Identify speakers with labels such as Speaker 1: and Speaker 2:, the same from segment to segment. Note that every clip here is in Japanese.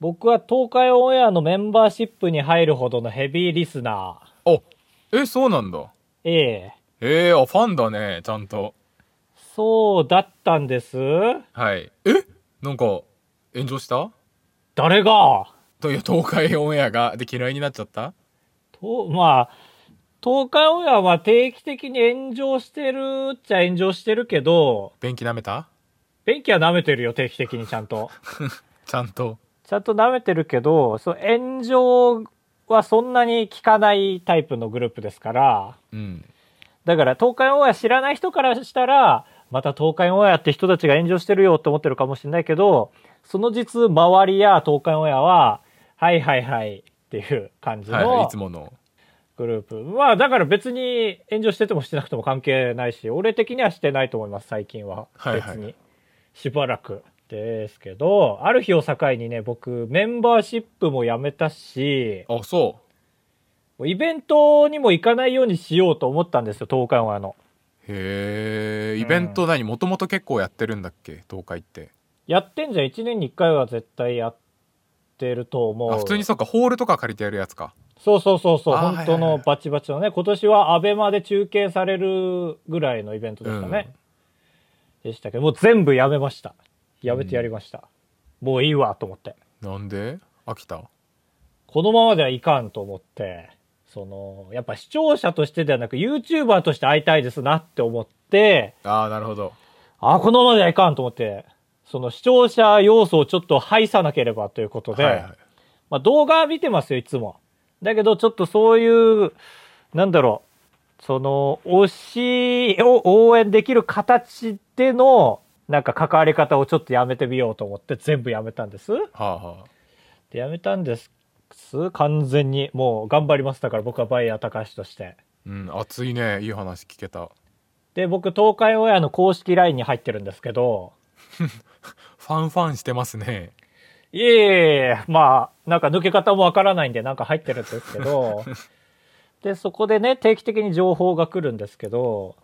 Speaker 1: 僕は東海オンエアのメンバーシップに入るほどのヘビーリスナ
Speaker 2: あ、え、そうなんだ。
Speaker 1: ー。ええ
Speaker 2: ええあ、ファンだね、ちゃんと。
Speaker 1: そうだったんです
Speaker 2: はい。えなんか、炎上した
Speaker 1: 誰が
Speaker 2: という東海オンエアが、で嫌いになっちゃった
Speaker 1: と、まあ、東海オンエアは定期的に炎上してるっちゃ炎上してるけど、
Speaker 2: 便器舐めた
Speaker 1: 便器は舐めてるよ、定期的にちゃんと。
Speaker 2: ちゃんと。
Speaker 1: ちゃんと舐めてるけど、その炎上はそんなに効かないタイプのグループですから、
Speaker 2: うん。
Speaker 1: だから東海オンエア知らない人からしたら、また東海オンエアって人たちが炎上してるよって思ってるかもしれないけど、その実、周りや東海オンエアは、はいはいはいっていう感じ
Speaker 2: はい、い
Speaker 1: の
Speaker 2: つもの。
Speaker 1: グループ。まあだから別に炎上しててもしてなくても関係ないし、俺的にはしてないと思います、最近は。
Speaker 2: はいはい
Speaker 1: 別に。しばらく。ですけど、ある日を境にね、僕、メンバーシップもやめたし、
Speaker 2: あ、そ
Speaker 1: イベントにも行かないようにしようと思ったんですよ、東海オンエアの。
Speaker 2: う。へえ、イベント何もともと結構やってるんだっけ東海って。
Speaker 1: やってんじゃん1年に1回は絶対やってると思う
Speaker 2: あ、普通にそうか、ホールとか借りてやるやつか。
Speaker 1: そうそうそうそう
Speaker 2: あーは
Speaker 1: 本
Speaker 2: いはいは
Speaker 1: 当
Speaker 2: い
Speaker 1: のバチバチのね今年はアベマで中継されるぐらいのイベントでしたね、でしたけどもう全部やめましたやめてやりました、もういいわと思って
Speaker 2: なんで飽きた
Speaker 1: このままではいかんと思ってそのやっぱ視聴者としてではなく YouTuber として会いたいですなって思って
Speaker 2: ああ、なるほど。
Speaker 1: あーこのままではいかんと思ってその視聴者要素をちょっと排さなければということで、
Speaker 2: はいはい。
Speaker 1: まあ、動画は見てますよ、いつも。だけど、ちょっとそういう、なんだろう、その、推しを応援できる形での、なんか関わり方をちょっとやめてみようと思って全部やめたんです。
Speaker 2: はあはあ。
Speaker 1: でやめたんです。完全に。もう頑張ります。だから僕はバイヤー高橋として。
Speaker 2: うん、熱いね。いい話聞けた。
Speaker 1: で、僕、東海オンエアの公式 LINE に入ってるんですけど、
Speaker 2: ファンファンしてますね。
Speaker 1: いえいえいえ、まあ、なんか抜け方もわからないんで、なんか入ってるんですけど、で、そこでね、定期的に情報が来るんですけど、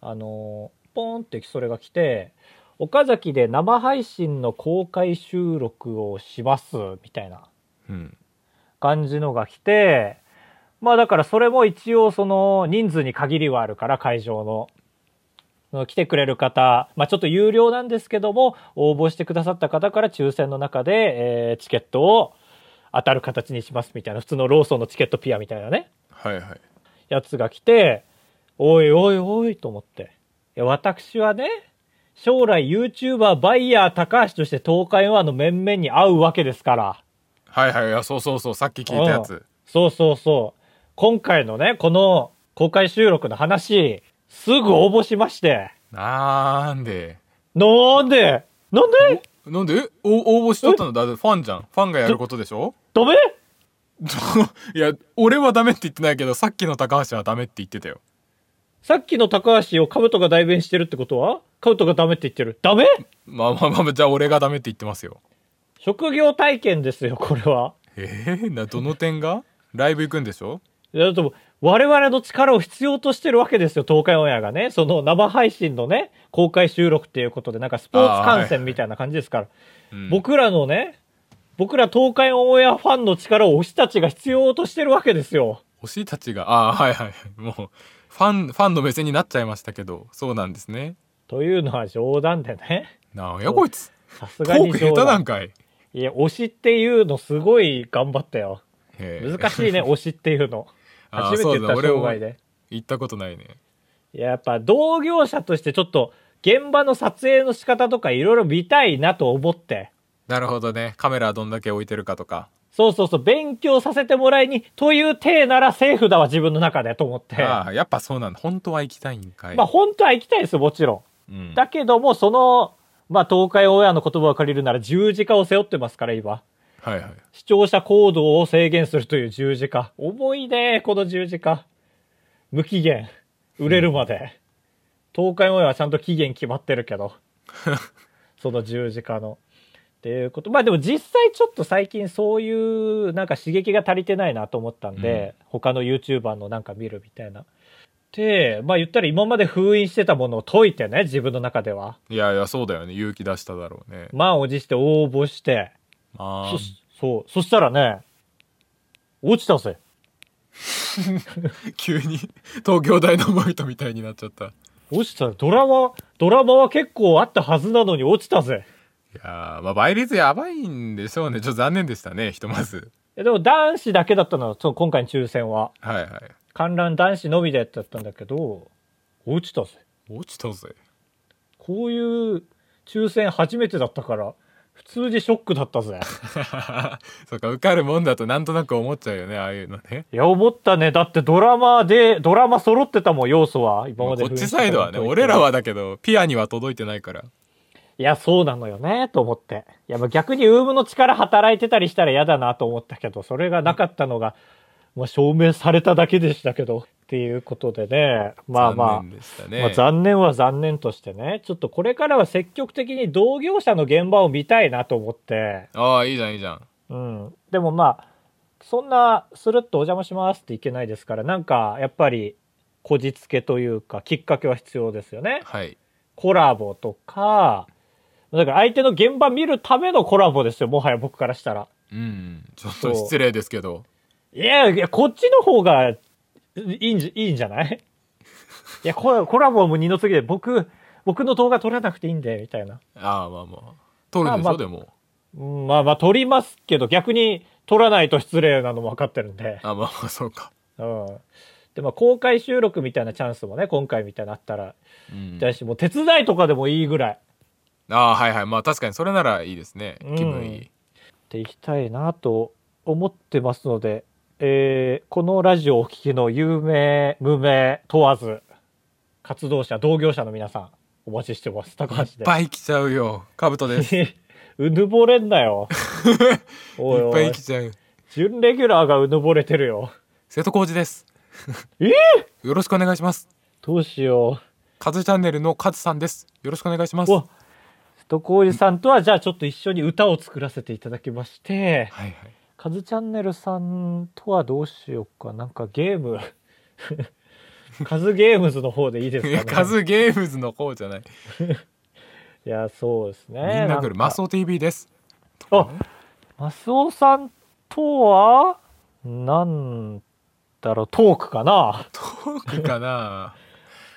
Speaker 1: あの、ポーンってそれが来て、岡崎で生配信の公開収録をします、みたいな
Speaker 2: うん。
Speaker 1: 感じのが来て、まあだからそれも一応その人数に限りはあるから会場の。その来てくれる方、まあちょっと有料なんですけども、応募してくださった方から抽選の中で、えーチケットを当たる形にしますみたいな、普通のローソンのチケットピアみたいなね、
Speaker 2: はいはい。
Speaker 1: やつが来て、おいおいおいと思って。いや私はね、将来 YouTuber バイヤー高橋として東海オンアの面々に会うわけですから。
Speaker 2: はいはい。いや、そうそうそう。さっき聞いたやつ。
Speaker 1: そうそうそう。今回のね、この公開収録の話、すぐ応募しまして。
Speaker 2: なんで。
Speaker 1: なんでなんで
Speaker 2: なんでえお応募しとったのだってファンじゃん。ファンがやることでしょ
Speaker 1: ダメ
Speaker 2: いや、俺はダメって言ってないけど、さっきの高橋はダメって言ってたよ。
Speaker 1: さっきの高橋をカブトが代弁してるってことはカブトがダメって言ってる。ダメ
Speaker 2: まあまあまあまあ、じゃあ俺がダメって言ってますよ。
Speaker 1: 職業体験ですよ、これは。
Speaker 2: えー、な、どの点がライブ行くんでしょ
Speaker 1: いやだと我々の力を必要としてるわけですよ、東海オンエアがね。その生配信のね、公開収録っていうことで、なんかスポーツ観戦みたいな感じですから。
Speaker 2: うん
Speaker 1: 僕らのね、僕ら東海オンエアファンの力を推したちが必要としてるわけですよ。
Speaker 2: 推したちが、ああ、はいはい。もう、ファン、ファンの目線になっちゃいましたけど、そうなんですね。
Speaker 1: というのは冗談でね。
Speaker 2: なんやこいつ。
Speaker 1: さす
Speaker 2: ト
Speaker 1: が
Speaker 2: ー
Speaker 1: に
Speaker 2: ク下
Speaker 1: 冗
Speaker 2: 手な
Speaker 1: 談
Speaker 2: ん。かい。
Speaker 1: いや、推しっていうのすごい頑張ったよ。
Speaker 2: へー
Speaker 1: 難 しいね、推しっていうの。
Speaker 2: あー
Speaker 1: 初めて言った
Speaker 2: そうだ俺
Speaker 1: 生
Speaker 2: も
Speaker 1: 涯で。
Speaker 2: 行ったことないね。
Speaker 1: いや、やっぱ同業者としてちょっと現場の撮影の仕方とかいろいろ見たいなと思って。
Speaker 2: なるほどね。カメラどんだけ置いてるかとか。
Speaker 1: そうそうそう、勉強させてもらいに、という体ならセーフだわ、自分の中でと思って。
Speaker 2: ああ、やっぱそうなんだ。本当は行きたいんかい。
Speaker 1: まあ本当は行きたいですよ、もちろん。
Speaker 2: うん、
Speaker 1: だけども、その、まあ、東海オンエアの言葉を借りるなら十字架を背負ってますから、今。
Speaker 2: はいはい。
Speaker 1: 視聴者行動を制限するという十字架。重いね、この十字架。無期限。売れるまで。東海オンエアはちゃんと期限決まってるけ ど。その十字架の。っていうこと。まあでも実際ちょっと最近そういうなんか刺激が足りてないなと思ったんで、他の YouTuber のなんか見るみたいな。で、まあ言ったら今まで封印してたものを解いてね、自分の中では。
Speaker 2: いやいや、そうだよね。勇気出しただろうね。
Speaker 1: 満を持して応募して、
Speaker 2: まあ
Speaker 1: そ、そう。そしたらね、落ちたぜ。
Speaker 2: 急に 東京大のバイトみたいになっちゃったい
Speaker 1: 落ちた。ドラマ、ドラマは結構あったはずなのに落ちたぜ。
Speaker 2: やーまあ倍率やばいんでしょうねちょっと残念でしたねひとまず
Speaker 1: いやでも男子だけだったのよそう、今回の抽選は。
Speaker 2: はいはい
Speaker 1: 観覧男子のみでだったんだけど、落ちたぜ。
Speaker 2: 落ちたぜ
Speaker 1: こういう抽選初めてだったから、普通にショックだったぜ。
Speaker 2: そうか受かるもんだとなんとなく思っちゃうよねああいうのね
Speaker 1: いや、思ったね。だってドラマで、ドラマ揃ってたもん、要素は。今
Speaker 2: ま
Speaker 1: ま
Speaker 2: あ
Speaker 1: で
Speaker 2: こ
Speaker 1: 封
Speaker 2: っ
Speaker 1: 印
Speaker 2: ち
Speaker 1: して
Speaker 2: サ
Speaker 1: たの
Speaker 2: イ
Speaker 1: に。
Speaker 2: ドはね俺らはだけどピアには届いてないから
Speaker 1: いや、そうなのよね、と思って。いや、まあ逆にウームの力働いてたりしたら嫌だなと思ったけど、それがなかったのが、まあ証明されただけでしたけど、っていうことでね。まあまあ。
Speaker 2: 残念でしたね、
Speaker 1: まあ、残念は残念としてね、ちょっとこれからは積極的に同業者の現場を見たいなと思って、
Speaker 2: ああいいじゃんいいじゃん
Speaker 1: うん、でもまあ、そんなスルッとお邪魔しますっていけないですから、なんかやっぱり、こじつけというか、きっかけは必要ですよね。
Speaker 2: はい
Speaker 1: コラボとか、だから相手の現場見るためのコラボですよ、もはや僕からしたら。
Speaker 2: うんちょっと失礼ですけど
Speaker 1: いやいや、こっちの方がいいんじいいんじゃない いや、コラコラボも二の次で、僕、僕の動画撮らなくていいんで、みたいな。
Speaker 2: ああまあまあ取るんでしょ、
Speaker 1: まあまあ
Speaker 2: でも
Speaker 1: うんまあまあ取りますけど逆に取らないと失礼なのも分かってるんで、
Speaker 2: あまあまあそうか、
Speaker 1: うん、でまあ公開収録みたいなチャンスもね今回みたいなのあったら
Speaker 2: うん、
Speaker 1: だし、もう手伝いとかでもいいぐらい
Speaker 2: ああはいはいまあ確かにそれならいいですね
Speaker 1: うん
Speaker 2: 気分いい、
Speaker 1: でいきたいなと思ってますので、えーこのラジオをお聞きの有名無名問わず活動者同業者の皆さんお待ちしてます高橋
Speaker 2: い
Speaker 1: で
Speaker 2: っぱい来ちゃうよカブトです
Speaker 1: うぬぼれんな よ おい
Speaker 2: いっ
Speaker 1: お
Speaker 2: ぱい
Speaker 1: い
Speaker 2: 来ちゃう
Speaker 1: 準レギュラーがうぬぼれてるよ
Speaker 2: 瀬戸康史です
Speaker 1: え
Speaker 2: よろしくお願いします
Speaker 1: どうしよう
Speaker 2: カズチャンネルのカズさんですよろしくお願いします
Speaker 1: お瀬戸康史さんとはじゃあちょっと一緒に歌を作らせていただきまして
Speaker 2: はいはい
Speaker 1: カズチャンネルさんとはどうしようかなんかゲー ムカズゲームズの方でいいですか
Speaker 2: い
Speaker 1: ね
Speaker 2: や カズゲームズの方じゃない、
Speaker 1: いやそうですね
Speaker 2: みんな来るマス
Speaker 1: オ
Speaker 2: オ TV です
Speaker 1: あマスオさんとはなんだろうトークかな
Speaker 2: トークかな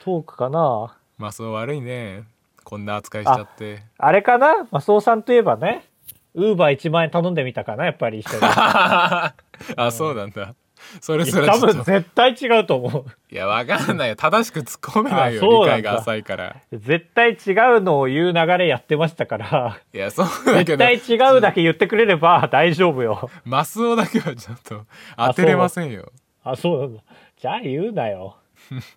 Speaker 1: トークかな
Speaker 2: マスオ悪いねこんな扱いしちゃって
Speaker 1: あれかなマスオさんといえばねウーバー1万円頼んでみたかなやっぱり一緒に
Speaker 2: あそうなんだ それすら
Speaker 1: 多
Speaker 2: ちょっ
Speaker 1: 分
Speaker 2: と
Speaker 1: 絶対違うと思う
Speaker 2: いやわかんないよ正しく突っ込めないよ
Speaker 1: あそう
Speaker 2: 理
Speaker 1: なんだ
Speaker 2: 解が浅いから
Speaker 1: 絶対違うのを言う流れやってましたから、
Speaker 2: いやそうだけ
Speaker 1: 絶
Speaker 2: ど
Speaker 1: 対違うだけ言ってくれれば 大丈夫よ。
Speaker 2: マスオだけはちょっと当てれませんよ
Speaker 1: あ、そうなんだ。じゃあ言うなよ。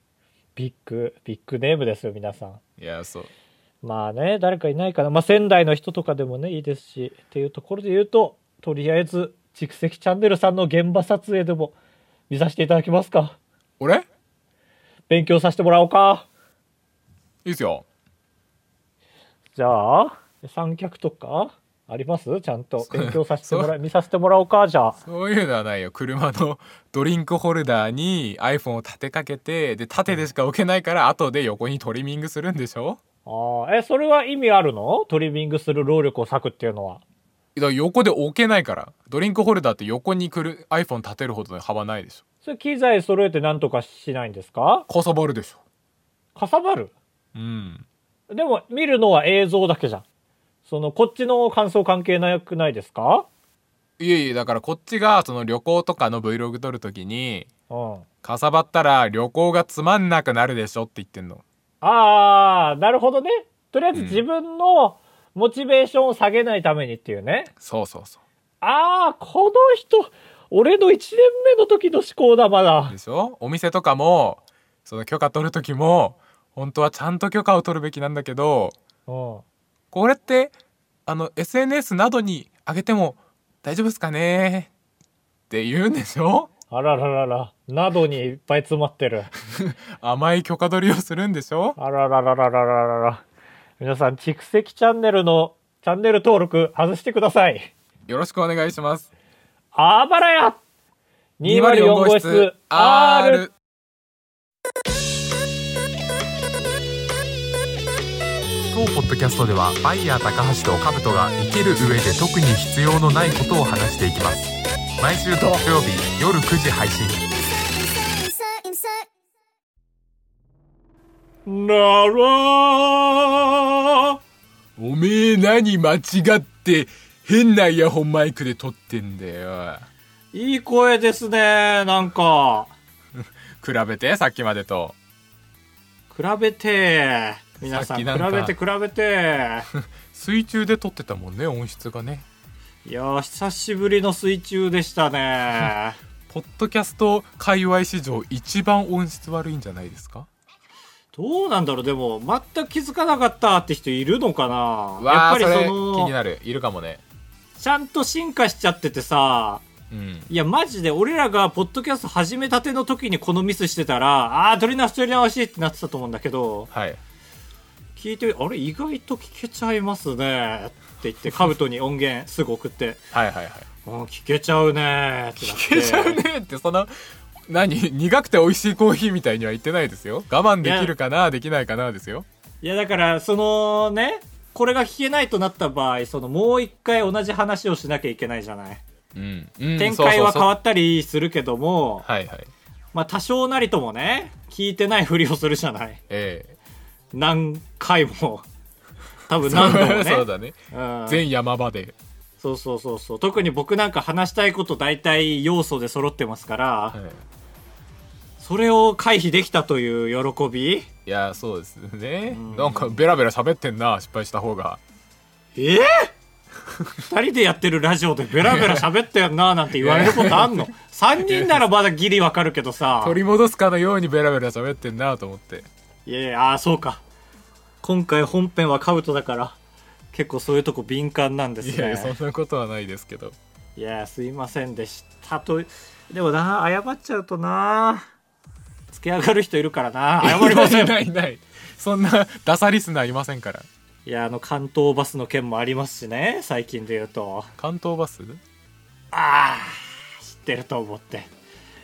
Speaker 1: ビッグ、ビッグネームですよ、皆さん。
Speaker 2: いやそう
Speaker 1: まあね、誰かいないかな。まあ仙台の人とかでもね、いいですし、っていうところで言うと、とりあえず、蓄積チャンネルさんの現場撮影でも見させていただきますか。
Speaker 2: 俺い
Speaker 1: 勉強させてもらおうか。
Speaker 2: いっすよ
Speaker 1: じゃあ、三脚とかありますちゃんと勉強させてもら、見させてもらおうか、じゃあ。
Speaker 2: そういうのはないよ車の ドリンクホルダーに iPhone を立てかけてで縦でしか置けないから後で横にトリミングするんでしょ
Speaker 1: ああ、え、それは意味あるのトリミングする労力を割くっていうのは。
Speaker 2: だから横で置けないからドリンクホルダーって横に来る iPhone 立てるほどの幅ないでしょ
Speaker 1: それ機材揃えてなんとかしないんですか
Speaker 2: こそばるでしょ
Speaker 1: かさばる
Speaker 2: うん
Speaker 1: でも見るのは映像だけじゃん。その、こっちの感想関係なくないですか
Speaker 2: いえいえだからこっちがその旅行とかの Vlog 撮るときに
Speaker 1: うん。
Speaker 2: かさばったら旅行がつまんなくなるでしょって言ってんの
Speaker 1: ああ、なるほどね。とりあえず
Speaker 2: うん
Speaker 1: 自分のモチベーションを下げないためにっていうね。
Speaker 2: そうそうそ
Speaker 1: ああ、この人、俺の1年目の時の思考だ、ま
Speaker 2: う
Speaker 1: だ。
Speaker 2: でしょお店とかもその許可取る時も本当はちゃんと許可を取るべきなんだけど
Speaker 1: うん。
Speaker 2: これってあの SNS などに上げても大丈夫ですかねって言うんでしょ
Speaker 1: あらららら、などにいっぱい詰まってる。
Speaker 2: 甘い許可取りをするんでしょ
Speaker 1: あらららららららら。皆さん、蓄積チャンネルのチャンネル登録外してください。
Speaker 2: よろしくお願いします
Speaker 1: あばらや !204 号室 R!
Speaker 2: R
Speaker 3: 「こ
Speaker 2: 当ポッドキャストではバイヤー高橋と兜が生きる上で特に必要のないことを話していきます毎週土曜日夜9時配信
Speaker 3: insert, insert.
Speaker 1: なら
Speaker 2: おめえ何間違って変なイヤホンマイクで撮ってんだよ
Speaker 1: いい声ですね、なんか。
Speaker 2: 比べてさっきまでと
Speaker 1: 比べて、皆さん、
Speaker 2: さっ
Speaker 1: 比
Speaker 2: きなんか
Speaker 1: べて比べて。
Speaker 2: 水中で撮ってたもんね音質がね
Speaker 1: いやー、久しぶりの水中でしたね。
Speaker 2: ポッドキャスト界隈史上一番音質悪いんじゃないですか
Speaker 1: どうなんだろう、でも、全く気づかなかったって人いるのかなやっ
Speaker 2: わ
Speaker 1: ぱ
Speaker 2: あ
Speaker 1: り
Speaker 2: それ
Speaker 1: そ
Speaker 2: 気
Speaker 1: の、
Speaker 2: になるいるかもね
Speaker 1: ちゃんと進化しちゃっててさ、
Speaker 2: うん
Speaker 1: いや、マジで、俺らがポッドキャスト始めたての時にこのミスしてたら、あー、取り直し取り直しってなってたと思うんだけど、
Speaker 2: はい
Speaker 1: 聞いて、あれ、意外と聞けちゃいますね。って言って、カブトに音源すぐ送って、
Speaker 2: はい はいはい
Speaker 1: もう聞けちゃうねーってなって。聞
Speaker 2: 消えちゃうねってその何苦くて美味しいコーヒーみたいには言ってないですよ我慢できるかなできないかなですよ
Speaker 1: いやだからそのねこれが聞けないとなった場合そのもう一回同じ話をしなきゃいけないじゃない、
Speaker 2: うん、うん、
Speaker 1: 展開は変わ
Speaker 2: っ
Speaker 1: ったりするけども
Speaker 2: はいはい
Speaker 1: まあ多少なりともね聞いてないふりをするじゃない
Speaker 2: ええ
Speaker 1: 何回も多分何度もね
Speaker 2: そうだね
Speaker 1: うん
Speaker 2: 全山場で、
Speaker 1: そうそうそうそう特に僕なんか話したいこと大体要素で揃ってますから、
Speaker 2: はい、
Speaker 1: それを回避できたという喜び
Speaker 2: いやそうですね、
Speaker 1: ん
Speaker 2: なんかベラベラ喋ってんな失敗した方が
Speaker 1: ええ 二人でやってるラジオでベラベラ喋ったよななんて言われることあん の三人ならまだギリわかるけどさ
Speaker 2: 取り戻すかのようにベラベラ喋ってんなと思って
Speaker 1: いやいやあーそうか今回本編はカブトだから結構そういうとこ敏感なんですね
Speaker 2: いやいやそんなことはないですけど
Speaker 1: いやすいませんでしたとでもな謝っちゃうとなつけ上がる人いるからな謝りません
Speaker 2: い
Speaker 1: い
Speaker 2: ないいないそんなダサリスナーいませんから
Speaker 1: やあの関東バスの件もありますしね最近で言うと
Speaker 2: 関東バス
Speaker 1: ああ知ってると思って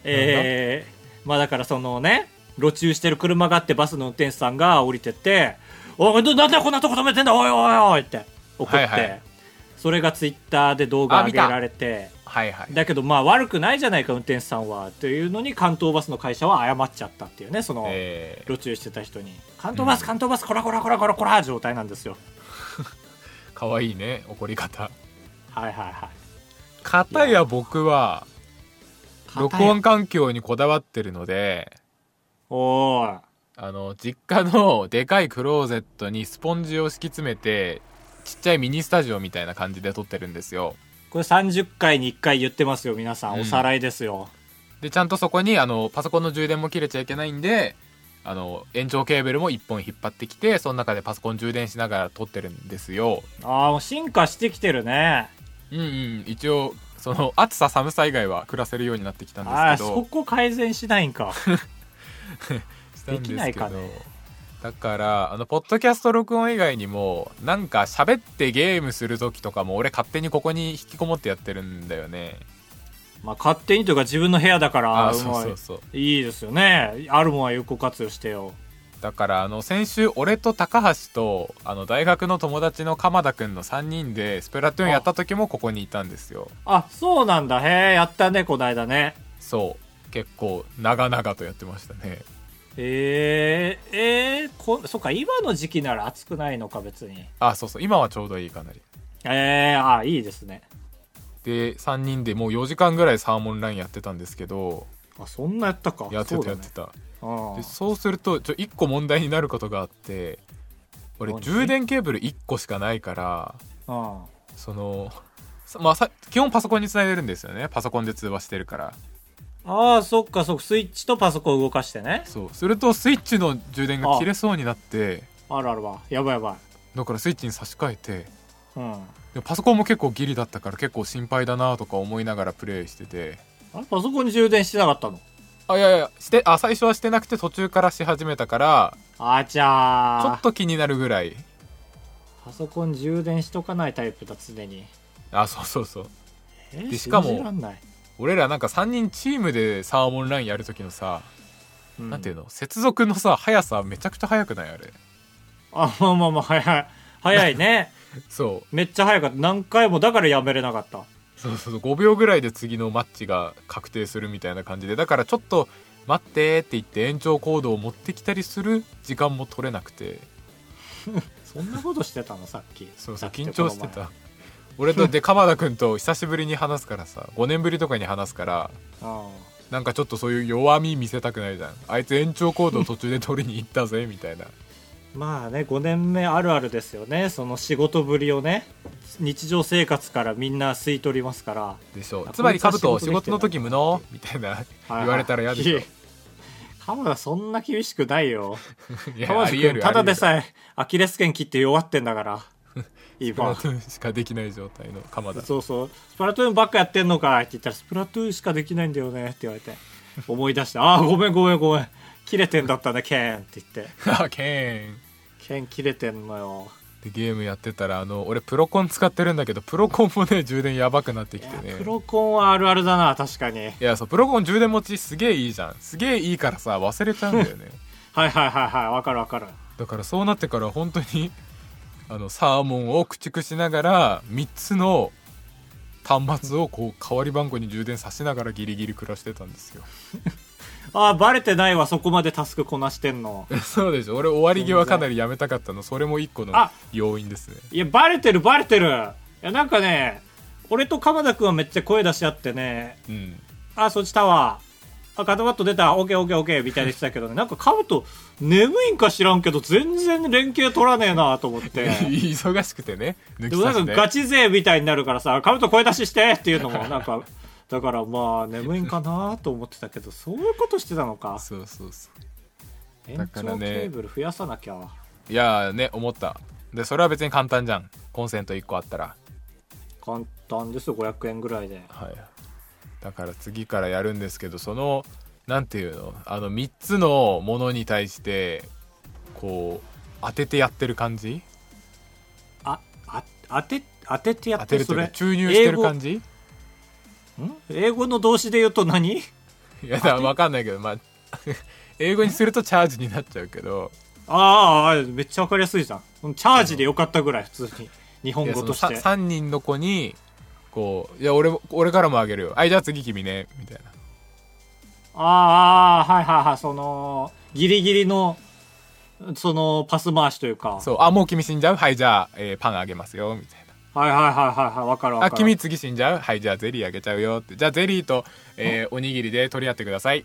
Speaker 1: えー、まあだからそのね路中してる車があってバスの運転手さんが降りてって「おいななんでこんなとこ止めてんだおいおいおい」って怒って、
Speaker 2: はいはい
Speaker 1: それがツイッターで動画
Speaker 2: あ
Speaker 1: 上
Speaker 2: 見
Speaker 1: げ
Speaker 2: た
Speaker 1: られて
Speaker 2: はいはい
Speaker 1: だけどまあ悪くないじゃないか運転手さんはっていうのに関東バスの会社は謝っちゃったっていうねその
Speaker 2: えー、
Speaker 1: 路中してた人に「関東バス関東バスこらこらこらこらこら」状態なんですよ
Speaker 2: かわいいね怒り方
Speaker 1: はいはいはい
Speaker 2: 片や僕は録音
Speaker 1: か
Speaker 2: 環境にこだわってるので
Speaker 1: おー
Speaker 2: あの実家のでかいクローゼットにスポンジを敷き詰めてちっちゃいミニスタジオみたいな感じで撮ってるんですよ
Speaker 1: これ30回に1回言ってますよ皆さん、
Speaker 2: うん
Speaker 1: おさらいですよ
Speaker 2: でちゃんとそこにあのパソコンの充電も切れちゃいけないんであの延長ケーブルも1本引っ張ってきてその中でパソコン充電しながら撮ってるんですよ
Speaker 1: ああもう進化してきてるね
Speaker 2: うんうん一応その暑さ寒さ以外は暮らせるようになってきたん
Speaker 1: ああー
Speaker 2: ですけど
Speaker 1: そこ改善しないん か
Speaker 2: したんですけ
Speaker 1: でき
Speaker 2: ど
Speaker 1: ないかね
Speaker 2: だからあのポッドキャスト録音以外にもなんか喋ってゲームする時とかも俺勝手にここに引きこもってやってるんだよね
Speaker 1: まあ勝手にというか自分の部屋だからう
Speaker 2: ーそう
Speaker 1: ま
Speaker 2: そ
Speaker 1: いう
Speaker 2: そう
Speaker 1: いいですよねあるもんは有効活用してよ
Speaker 2: だからあの先週俺と高橋とあの大学の友達の鎌田くんの3人でスプラトゥーンやった時もここにいたんですよ
Speaker 1: あそうなんだへえやったねこないだね
Speaker 2: そう結構長々とやってましたね
Speaker 1: えー、えー、こそっか今の時期なら暑くないのか別に
Speaker 2: あそうそう今はちょうどいいかなり
Speaker 1: えー、あーいいですね
Speaker 2: で3人でもう4時間ぐらいサーモンラインやってたんですけど
Speaker 1: あそんなやったか
Speaker 2: やって
Speaker 1: そうだ
Speaker 2: たやっ
Speaker 1: ね
Speaker 2: てた、
Speaker 1: うん
Speaker 2: でそうするとちょ1個問題になることがあって俺
Speaker 1: 何
Speaker 2: 充電ケーブル1個しかないから
Speaker 1: うん
Speaker 2: その、さまあ、さ基本パソコンにつないでるんですよねパソコンで通話してるから
Speaker 1: ああそっかそっかスイッチとパソコンを動かしてね
Speaker 2: そうするとスイッチの充電が切れそうになって
Speaker 1: あるあるわやばいやばい
Speaker 2: だからスイッチに差し替えて
Speaker 1: うん
Speaker 2: でもパソコンも結構ギリだったから結構心配だなとか思いながらプレイしてて
Speaker 1: あれパソコンに充電してなかったの
Speaker 2: あいやいやしてあ最初はしてなくて途中からし始めたから
Speaker 1: あち
Speaker 2: ちょ
Speaker 1: ゃ
Speaker 2: っ
Speaker 1: ー
Speaker 2: と気になるぐらい
Speaker 1: パソコン充電しとかないタイプだ常に
Speaker 2: あそうそうそう
Speaker 1: えー
Speaker 2: でしかも
Speaker 1: 信じらんない、
Speaker 2: 俺らなんか3人チームでサーモンラインやる時のさ
Speaker 1: うん
Speaker 2: なんていうの接続のさ速さめちゃくちゃ速くないあれ
Speaker 1: あまあまあまあ早い早いね
Speaker 2: そう
Speaker 1: めっちゃ早かった何回もだからやめれなかった
Speaker 2: そうそうそう5秒ぐらいで次のマッチが確定するみたいな感じでだからちょっと待ってって言って延長コードを持ってきたりする時間も取れなくて
Speaker 1: そんなことしてたのさっき
Speaker 2: そうそ
Speaker 1: さ
Speaker 2: う
Speaker 1: っき
Speaker 2: 緊
Speaker 1: と
Speaker 2: 張して
Speaker 1: この
Speaker 2: た俺と で鎌田君と久しぶりに話すからさ5年ぶりとかに話すから
Speaker 1: 前ああ
Speaker 2: なんかちょっとそういう弱み見せたくないじゃんあいつ延長コードを途中で取りに行ったぜみたいな
Speaker 1: まあね5年目あるあるですよねその仕事ぶりをね日常生活からみんな吸い取りますから
Speaker 2: でしょ
Speaker 1: あ
Speaker 2: つまりカブ
Speaker 1: こ
Speaker 2: ト
Speaker 1: いつは
Speaker 2: 仕
Speaker 1: 仕事できてない
Speaker 2: 事の時無能みたいな言われたら嫌でしょ
Speaker 1: いや鎌田そんな厳しくないよ
Speaker 2: いや
Speaker 1: 鎌
Speaker 2: あ
Speaker 1: 田
Speaker 2: りえ
Speaker 1: 君
Speaker 2: る
Speaker 1: ただで
Speaker 2: え
Speaker 1: さえアキレス腱切って弱ってんだから 今
Speaker 2: しかできない状態の鎌田
Speaker 1: そうそうスプラトゥーンばっかやってんのかいって言ったらスプラトゥーンしかできないんだよねって言われて思い出してああごめんごめんごめん切れてんだったねケンって言って
Speaker 2: あケーン
Speaker 1: ケン切れてんのよ
Speaker 2: でゲームやってたらあの俺プロコン使ってるんだけどプロコンもね充電やばくなって
Speaker 1: い
Speaker 2: きて
Speaker 1: や
Speaker 2: ね
Speaker 1: プロコンはあるあるだな確かに
Speaker 2: いやそうプロコン充電持ちすげえいいじゃんすげえいいからさ忘れちゃうんだよね
Speaker 1: はいはいはいはいわかるわかる
Speaker 2: だからそうなってから本当に あのサーモンを駆逐しながら3つの端末をこう代わり番号に充電させながらギリギリ暮らしてたんです よ
Speaker 1: ああバレてないわそこまでタスクこなしてんの
Speaker 2: そうでしょ俺終わり際かなりやめたかったのそれも1個の
Speaker 1: あ
Speaker 2: 要因ですね
Speaker 1: いやバレてるバレてるいやなんかね俺と鎌田君はめっちゃ声出し合ってね
Speaker 2: うん
Speaker 1: あそっちタワーあカタバット出たオッケーオッケーオッケーみたいにしてたけどねなんかカブト眠いんか知らんけど全然連携取らねえなと思って
Speaker 2: 忙しくてね抜
Speaker 1: で
Speaker 2: き
Speaker 1: もな
Speaker 2: 差し
Speaker 1: んか
Speaker 2: で
Speaker 1: ガチ勢みたいになるからさカブト声出ししてっていうのもなんかだからまあ眠いんかなと思ってたけどそういうことしてたのか
Speaker 2: そうそうそうだ
Speaker 1: 延
Speaker 2: か
Speaker 1: 長
Speaker 2: らね
Speaker 1: ケーブル増やさなきゃ
Speaker 2: いやーね思ったでそれは別に簡単じゃんコンセント1個あったら
Speaker 1: 簡単ですよ500円ぐらいで
Speaker 2: はいだから次からやるんですけどそのなんていうのあの3つのものに対してこう当ててやってる感じ
Speaker 1: ああ当て当ててや
Speaker 2: 当
Speaker 1: ってて
Speaker 2: ると
Speaker 1: そ
Speaker 2: いう
Speaker 1: れ
Speaker 2: か注入してる感
Speaker 1: じ
Speaker 2: じ
Speaker 1: 英語の動詞で言うと何
Speaker 2: いやだわかんないけどまあ 英語にするとチャージになっちゃうけど
Speaker 1: あーあーめっちゃわかりやすいじゃんチャージでよかったぐらい普通に日
Speaker 2: い
Speaker 1: 本
Speaker 2: や
Speaker 1: 語
Speaker 2: そ
Speaker 1: と
Speaker 2: の
Speaker 1: して
Speaker 2: 3人の子にこう「いや俺も俺からもあげるよはいじゃあ次君ね」みたいな
Speaker 1: あーあーはいはいはいそのギリギリのそのパス回しというか
Speaker 2: そう「あもう君死んじゃうはいじゃあ、えーパンあげますよ」みたいな
Speaker 1: はいはいはいはいはいわかるわか
Speaker 2: あ
Speaker 1: る
Speaker 2: 君次死んじゃうはいじゃあゼリーあげちゃうよってじゃあゼリーと、えーおにぎりで取り合ってください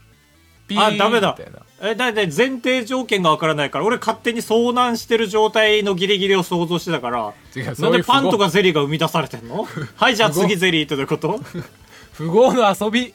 Speaker 2: ピ
Speaker 1: あダメだ
Speaker 2: みたいな
Speaker 1: えだいたい前提条件がわからないから俺勝手に遭難してる状態のギリギリを想像してたから
Speaker 2: 違うそ
Speaker 1: なん
Speaker 2: うい
Speaker 1: で
Speaker 2: う不合
Speaker 1: パンとかゼリーが生み出されてん のはいじゃあ次ゼリーってどういうこと
Speaker 2: 不合の遊び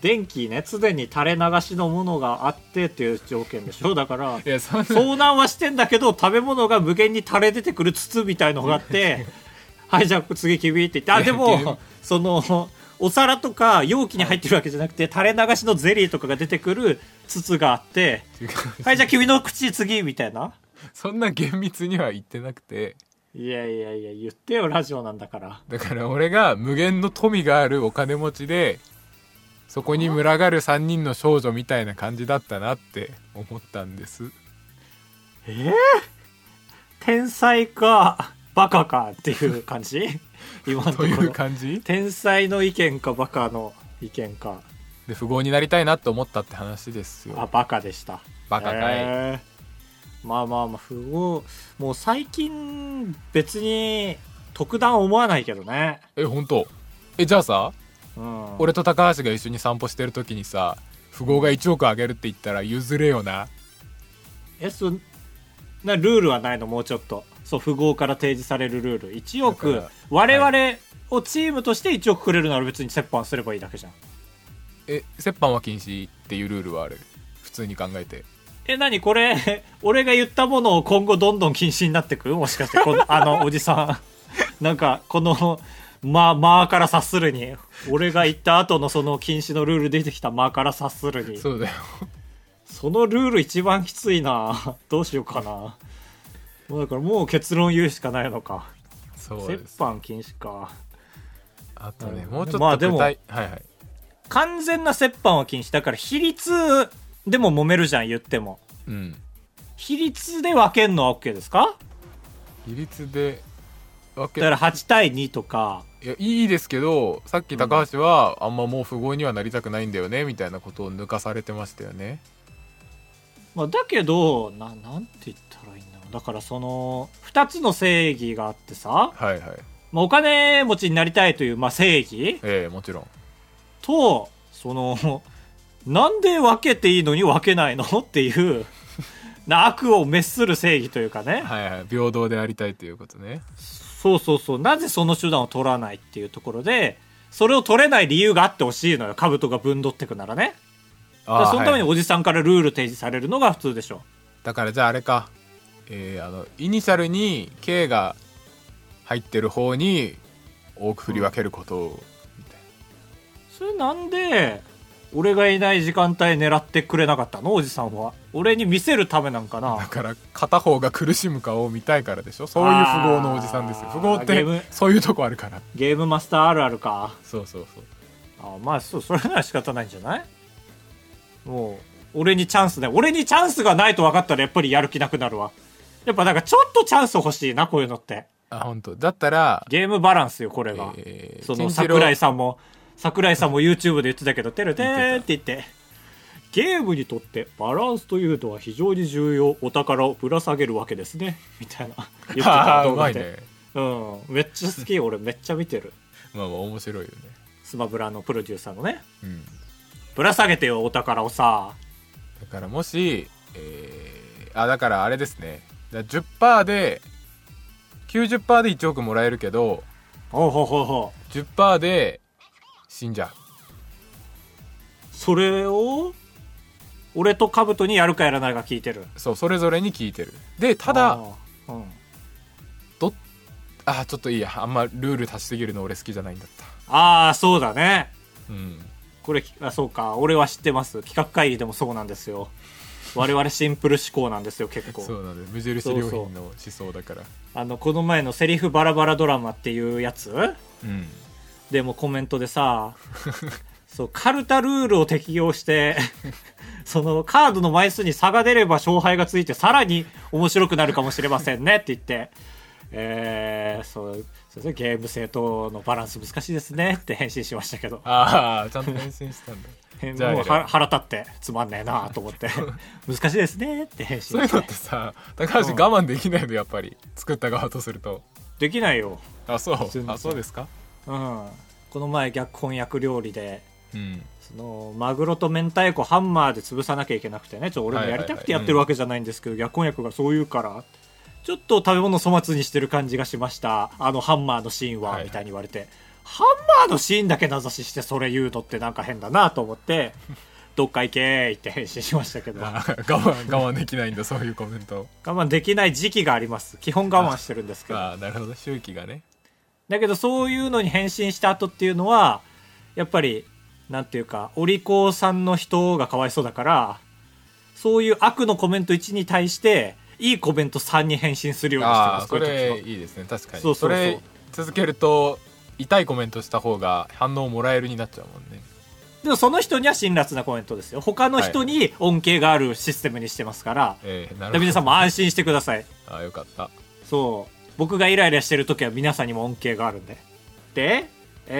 Speaker 1: 電気ね常に垂れ流しのものがあってっていう条件でしょだから
Speaker 2: いやそんな
Speaker 1: 遭難はしてんだけど食べ物が無限に垂れ出てくる筒みたいのがあって はいじゃあ次君って言ってあで
Speaker 2: いや
Speaker 1: もそのお皿とか容器に入ってるわけじゃなくて垂れ流しのゼリーとかが出てくる筒があって
Speaker 2: 違う
Speaker 1: はいじゃあ君の口次みたいな
Speaker 2: そんな厳密には言ってなくて
Speaker 1: いやいやいや言ってよラジオなんだから
Speaker 2: だから俺が無限の富があるお金持ちでそこに群がる3人の少女みたいな感じだったなって思ったんです
Speaker 1: 天才かバカかっていう感 じ今のとことろ
Speaker 2: いう感じ
Speaker 1: 天才の意見かバカの意見か
Speaker 2: で不合になりたいなと思ったって話です
Speaker 1: あ
Speaker 2: よ
Speaker 1: バカでした
Speaker 2: バカかい、
Speaker 1: えーまあまあまあ不合もう最近別に特段思わないけどね
Speaker 2: え本当えじゃあさ
Speaker 1: うん
Speaker 2: 俺と高橋が一緒に散歩してる時にさ富豪が1億あげるって言ったら譲れよな
Speaker 1: えそなルールはないのもうちょっとそう富豪から提示されるルール1億
Speaker 2: だから
Speaker 1: 我々をチームとして1億くれるなら別に折半すればいいだけじゃん
Speaker 2: え折半は禁止っていうルールはある普通に考えて
Speaker 1: え、なにこれ、 俺が言ったものを今後どんどん禁止になってくもしかして、この、 あの、おじさん。 なんか、この、ま、間から察するに、俺が言った後のその禁止のルール出てきた間から察するに、そ
Speaker 2: そう だよ
Speaker 1: のルール一番きついな。 どうしようかな。もうだからもう結論言うしかないのか。
Speaker 2: そう
Speaker 1: 折
Speaker 2: です
Speaker 1: 半禁止か。
Speaker 2: あと
Speaker 1: な
Speaker 2: ね
Speaker 1: るほど
Speaker 2: もうちょっ
Speaker 1: まあ
Speaker 2: と
Speaker 1: でも
Speaker 2: 具体、はいはい
Speaker 1: 完全な折半は禁止。だから、比率でも揉めるじゃん、言っても。
Speaker 2: うん
Speaker 1: 比率で分けるのは OK ですか
Speaker 2: 比率で分け
Speaker 1: だから8対2とか
Speaker 2: いやいいですけどさっき高橋は、あんまもう富豪にはなりたくないんだよねみたいなことを抜かされてましたよね
Speaker 1: まあ、だけどななんて言ったらいいんだろうだからその2つの正義があってさ、
Speaker 2: はいはい
Speaker 1: まあ、お金持ちになりたいという、まあ、正義
Speaker 2: ええもちろん
Speaker 1: とそのなんで分けていいのに分けないのっていうな悪を滅する正義というかね、
Speaker 2: はいはい平等でありたいということね
Speaker 1: そうそうそうなぜその手段を取らないっていうところでそれを取れない理由があってほしいのよ兜がぶんどってくならねだからそのために
Speaker 2: はい
Speaker 1: おじさんからルール提示されるのが普通でしょ
Speaker 2: だからじゃああれかえーあのイニシャルに K が入ってる方に多く振り分けることを、みたい
Speaker 1: それなんで俺がいない時間帯狙ってくれなかったのおじさんは俺に見せるためなんか
Speaker 2: な だ
Speaker 1: な
Speaker 2: から片方が苦しむ顔を見たいからでしょそういう富豪のおじさんですよ
Speaker 1: あー
Speaker 2: 富豪っ
Speaker 1: ゲ
Speaker 2: て
Speaker 1: ーム
Speaker 2: そういうとこあるから
Speaker 1: ゲームマスターあるあるか
Speaker 2: そうそうそう
Speaker 1: あまあそうそれなら仕方ないんじゃないもう俺にチャンスね俺にチャンスがないと分かったらやっぱりやる気なくなるわやっぱなんかちょっとチャンス欲しいなこういうのって
Speaker 2: あ本当だったら
Speaker 1: ゲームバランスよこれが、
Speaker 2: えー
Speaker 1: その
Speaker 2: 金次郎
Speaker 1: 桜井さんも桜井さんも YouTube で言ってたけど「てるてー」って言ってゲームにとってバランスというのは非常に重要お宝をぶら下げるわけですねみたいな言って
Speaker 2: あ
Speaker 1: た
Speaker 2: あう
Speaker 1: 動
Speaker 2: ま
Speaker 1: 画
Speaker 2: い
Speaker 1: で
Speaker 2: ね、
Speaker 1: うん、めっちゃ好き俺めっちゃ見てる
Speaker 2: まあまあ面白いよね
Speaker 1: スマブラのプロデューサーのね
Speaker 2: うん
Speaker 1: ぶら下げてよお宝をさ
Speaker 2: だからもしえーあだからあれですねだから10%で90%で1億もらえるけど
Speaker 1: ほうほうほうほう
Speaker 2: 10%で死んじゃう
Speaker 1: それを俺とカブトにやるかやらないか聞いてる
Speaker 2: そうそれぞれに聞いてるでた
Speaker 1: あ
Speaker 2: だ
Speaker 1: ーうん、
Speaker 2: どあーちょっといいやあんまルール足しすぎるの俺好きじゃないんだった
Speaker 1: あーそうだね
Speaker 2: うん
Speaker 1: これあそうか俺は知ってます企画会議でもそうなんですよ我々シンプル思考なんですよ結構
Speaker 2: そうなんで無印良品の思想だから
Speaker 1: あのこの前のセリフバラバラドラマっていうやつ
Speaker 2: うん
Speaker 1: でもコメントで さそうカルタルールを適用して そのカードの枚数に差が出れば勝敗がついてさらに面白くなるかもしれませんねって言ってえー、そうそうですねゲーム性とのバランス難しいですねって返信しましたけど
Speaker 2: ああちゃんと返信したん だじゃあ
Speaker 1: もうは腹立ってつまんねえなと思って 難しいですねって返
Speaker 2: そ
Speaker 1: 信
Speaker 2: ういう
Speaker 1: し
Speaker 2: のっててさ高橋
Speaker 1: うん
Speaker 2: 我慢できないのやっぱり作った側とすると
Speaker 1: できないよ、
Speaker 2: あそう
Speaker 1: 通に
Speaker 2: あそうですか
Speaker 1: うん、この前逆翻訳料理で
Speaker 2: うん
Speaker 1: そのマグロと明太子ハンマーで潰さなきゃいけなくてねちょ俺もやりたくてやってるわけじゃないんですけど、逆翻訳がそう言うからちょっと食べ物粗末にしてる感じがしましたあのハンマーのシーンは、
Speaker 2: はいはい
Speaker 1: みたいに言われてハンマーのシーンだけ名指ししてそれ言うのってなんか変だなと思って どっか行けーいって返信しましたけど
Speaker 2: あー我慢我慢できないんだそういうコメント
Speaker 1: 我慢できない時期があります基本我慢してるんですけど
Speaker 2: ああなるほど周期がね
Speaker 1: だけどそういうのに返信した後っていうのはやっぱりなんていうかお利口さんの人がかわいそうだからそういう悪のコメント1に対していいコメント3に返信するようにして
Speaker 2: あ
Speaker 1: ま
Speaker 2: あ
Speaker 1: す
Speaker 2: そ
Speaker 1: こういう
Speaker 2: れ
Speaker 1: 時
Speaker 2: いいですね確かに
Speaker 1: そうそうそう
Speaker 2: それ続けると痛いコメントした方が反応もらえるになっちゃうもんね
Speaker 1: のでもその人には辛辣なコメントですよ他の人に恩恵があるシステムにしてますから,、
Speaker 2: ええなるほど
Speaker 1: 皆さんも安心してください
Speaker 2: あーよかった
Speaker 1: そう僕がイライラしてる時は皆さんにも恩恵があるんでで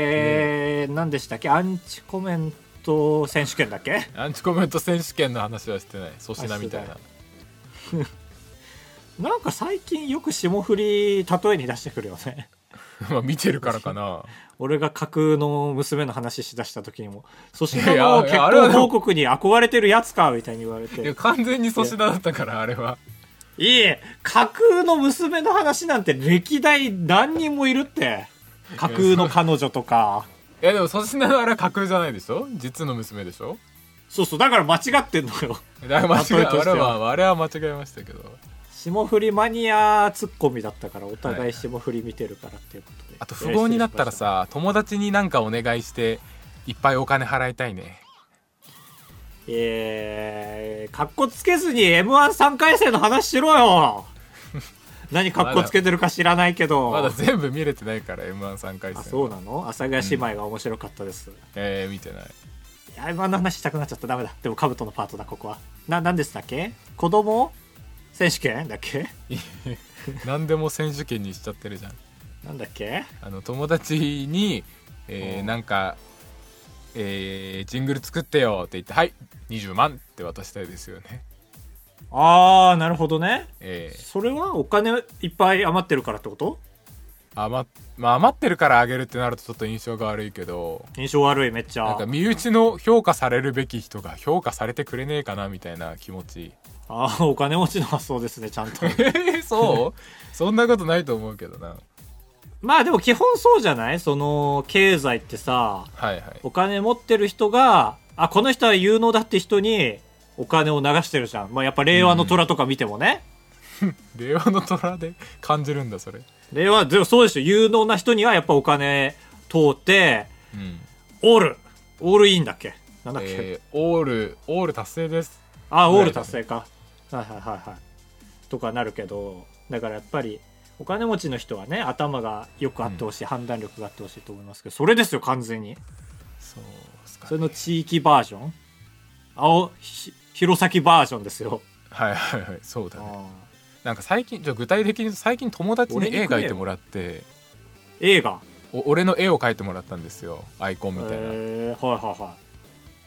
Speaker 1: えー何でしたっけアンチコメント選手権だっけ
Speaker 2: アンチコメント選手権の話はしてない粗品みたいな
Speaker 1: あなんか最近よく霜降り例えに出してくるよね
Speaker 2: まあ見てるからかな
Speaker 1: 俺が架空の娘の話しだした時にも粗品
Speaker 2: いや
Speaker 1: の
Speaker 2: い
Speaker 1: 結
Speaker 2: やあれは
Speaker 1: 婚
Speaker 2: でも
Speaker 1: 報告に憧れてるやつかみたいに言われ
Speaker 2: いや
Speaker 1: て
Speaker 2: 完全に粗品だったからあれは
Speaker 1: い
Speaker 2: い
Speaker 1: 架空の娘の話なんて歴代何人もいるって架空の彼女とか
Speaker 2: いやでも粗品のあれは架空じゃないでしょ実の娘でしょ
Speaker 1: そうそうだから間違ってんのよ
Speaker 2: だから間違
Speaker 1: 例え
Speaker 2: え
Speaker 1: とし
Speaker 2: あ
Speaker 1: て
Speaker 2: れ
Speaker 1: は
Speaker 2: はあれは間違えましたけど
Speaker 1: 霜降りマニアツッコミだったからお
Speaker 2: はいは
Speaker 1: 互い
Speaker 2: い
Speaker 1: 霜降り見てるからっていうことで
Speaker 2: あと富豪になったらさ友達になんかお願いしていっぱいお金払いたいね
Speaker 1: えー、かっこつけずに m 1 3回戦の話しろよ 何かっこつけてるか知らないけど、
Speaker 2: まだ全部見れてないから m 1 3回
Speaker 1: あ
Speaker 2: 戦
Speaker 1: そうなの阿佐ヶ谷姉妹が面白かったです、
Speaker 2: えー、見てな
Speaker 1: い
Speaker 2: い
Speaker 1: や m 1の話したくなっちゃったダメだでも兜のパートだここはな何でしたっけ子供選手権だっけ
Speaker 2: 何でも選手権にしちゃってるじゃん
Speaker 1: なんだっけ
Speaker 2: あの友達に、えー
Speaker 1: うん
Speaker 2: なんか、えージングル作ってよって言って「はい20万」って渡したいですよね、
Speaker 1: ああなるほどね
Speaker 2: えー
Speaker 1: それはお金いっぱい余ってるからってこと
Speaker 2: 余っまあ、余ってるからあげるってなるとちょっと印象が悪いけど
Speaker 1: 印象悪いめっち
Speaker 2: なん
Speaker 1: ゃ
Speaker 2: か身内の評価されるべき人が評価されてくれねえかなみたいな気持ち
Speaker 1: ああお金持ちの発想ですねちゃんと
Speaker 2: えそうそんなことないと思うけどな
Speaker 1: まあでも基本そうじゃないその経済ってさ
Speaker 2: はいはい
Speaker 1: お金持ってる人があこの人は有能だって人にお金を流してるじゃん、まあ、やっぱ令和の虎とか見てもね、
Speaker 2: 令和の虎で感じるんだそれ
Speaker 1: 令和でもそうでしょ有能な人にはやっぱお金通って
Speaker 2: うん、
Speaker 1: オールオールインだっけなんだっけ、
Speaker 2: えーオールオール達成です
Speaker 1: あオール達成か、はいはいはいはいとかなるけどだからやっぱりお金持ちの人はね頭がよくあってほしい、判断力があってほしいと思いますけどそれですよ完全に
Speaker 2: そうっすか
Speaker 1: それの地域バージョン青ひ弘前バージョンですよ、
Speaker 2: はいはいはいそうだね
Speaker 1: あ
Speaker 2: なんか最近じゃあ具体的に言うと最近友達に絵描いてもらって
Speaker 1: ー映画
Speaker 2: お俺の絵を描いてもらったんですよアイコンみたいな、
Speaker 1: えー、はいはいは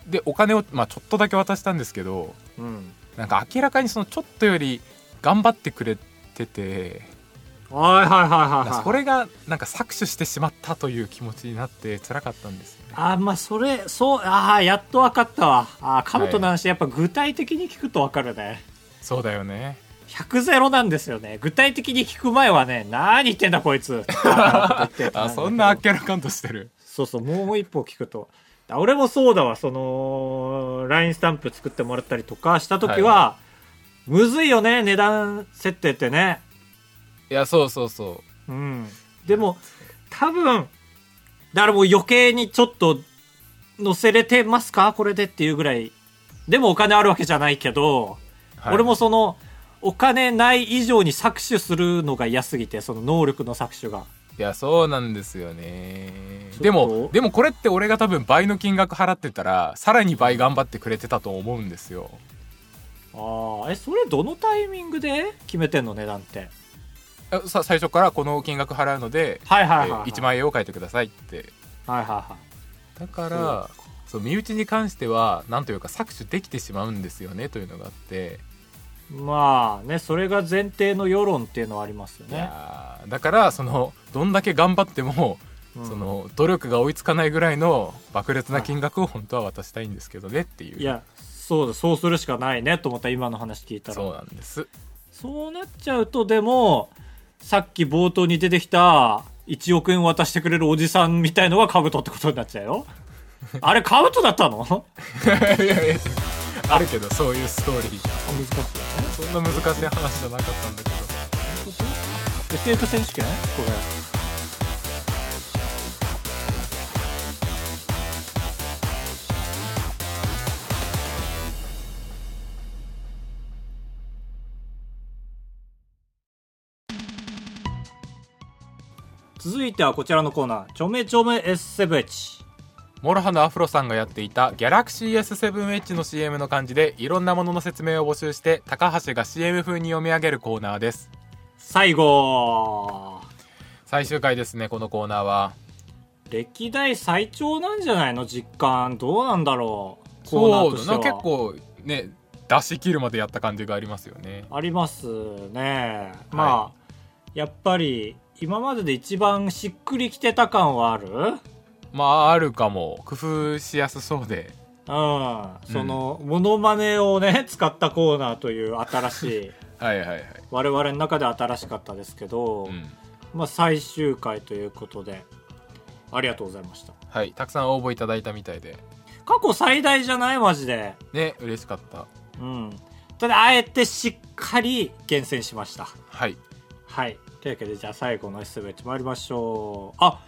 Speaker 2: でお金を、まあ、ちょっとだけ渡したんですけど
Speaker 1: いうん
Speaker 2: なんか明らかにそのちょっとより頑張ってくれてて
Speaker 1: はいはいはいはいはい、
Speaker 2: なんかそれがなんか搾取してしまったという気持ちになって辛かったんですよね
Speaker 1: あーまあそれそうああやっと分かったわあカブトの話やっぱ具体的に聞くと分かるね、
Speaker 2: そうだよね
Speaker 1: 100ゼロなんですよね具体的に聞く前はね何言ってんだこい つあ
Speaker 2: あそんなあっけらかんとしてる
Speaker 1: そうそうもう一歩聞くとあ俺もそうだわその LINE スタンプ作ってもらったりとかした時は、
Speaker 2: はいは
Speaker 1: むずいよね値段設定ってね
Speaker 2: いやそうそうそ
Speaker 1: うんでも多分だからもう余計にちょっと載せれてますかこれでっていうぐらいでもお金あるわけじゃないけど
Speaker 2: う、はい
Speaker 1: 俺もそのお金ない以上に搾取するのが嫌すぎてその能力の搾取が
Speaker 2: いやそうなんですよね
Speaker 1: ちょっと
Speaker 2: でもでもこれって俺が多分倍の金額払ってたらさらに倍頑張ってくれてたと思うんですよ
Speaker 1: ああえそれどのタイミングで決めてんの値段って
Speaker 2: えさ最初からこの金額払うので、
Speaker 1: はいはい
Speaker 2: え
Speaker 1: はい、はい
Speaker 2: 1万円を書いてくださいって
Speaker 1: はいはいは
Speaker 2: だからそう身内に関してはなんというか搾取できてしまうんですよねというのがあって、
Speaker 1: いまあねそれが前提の世論っていうのはありますよ
Speaker 2: い
Speaker 1: ね、
Speaker 2: やーだからそのどんだけ頑張っても、
Speaker 1: うん
Speaker 2: その努力が追いつかないぐらいの爆裂な金額を本当は渡したいんですけどねっていう
Speaker 1: いやそうだそうするしかないねと思った今の話聞いたら
Speaker 2: そうなんです
Speaker 1: そうなっちゃうとでもさっき冒頭に出てきた1億円渡してくれるおじさんみたいのがカブトってことになっちゃうよあれカブトだった の
Speaker 2: いやいやあるけどそういうストーリー
Speaker 1: 難しいよね
Speaker 2: そんな難しい話じゃなかったんだけど
Speaker 1: エステート選手権これ続いてはこちらのコーナー「ちょめちょめエッセブエチ
Speaker 2: モロハのアフロさんがやっていたギャラクシー S7H の CM の漢字でいろんなものの説明を募集して高橋が CM 風に読み上げるコーナーです」
Speaker 1: 最後
Speaker 2: 最終回ですねこのコーナーは
Speaker 1: 歴代最長なんじゃないの実感どうなんだろうコーナー
Speaker 2: そ
Speaker 1: と
Speaker 2: う
Speaker 1: し
Speaker 2: だ
Speaker 1: ては
Speaker 2: な結構ね出し切るまでやった感じがありますよね
Speaker 1: ありますね。まあ、
Speaker 2: は
Speaker 1: やっぱり今までで一番しっくりきてた感はあるうん。
Speaker 2: まああるかも工夫しやすそうで
Speaker 1: その、モノマネをね、使ったコーナーという新し い、
Speaker 2: はいはいはい、
Speaker 1: 我々の中で新しかったですけど、
Speaker 2: うん
Speaker 1: まあ最終回ということで、ありがとうございました。
Speaker 2: はい、たくさん応募いただいたみたいで
Speaker 1: 過去最大じゃないマジで。
Speaker 2: ね嬉しかった
Speaker 1: うん。ただ、あえてしっかり厳選しました。
Speaker 2: はい
Speaker 1: はい。というわけで、じゃあ最後の S ベッチ参りましょう。あ、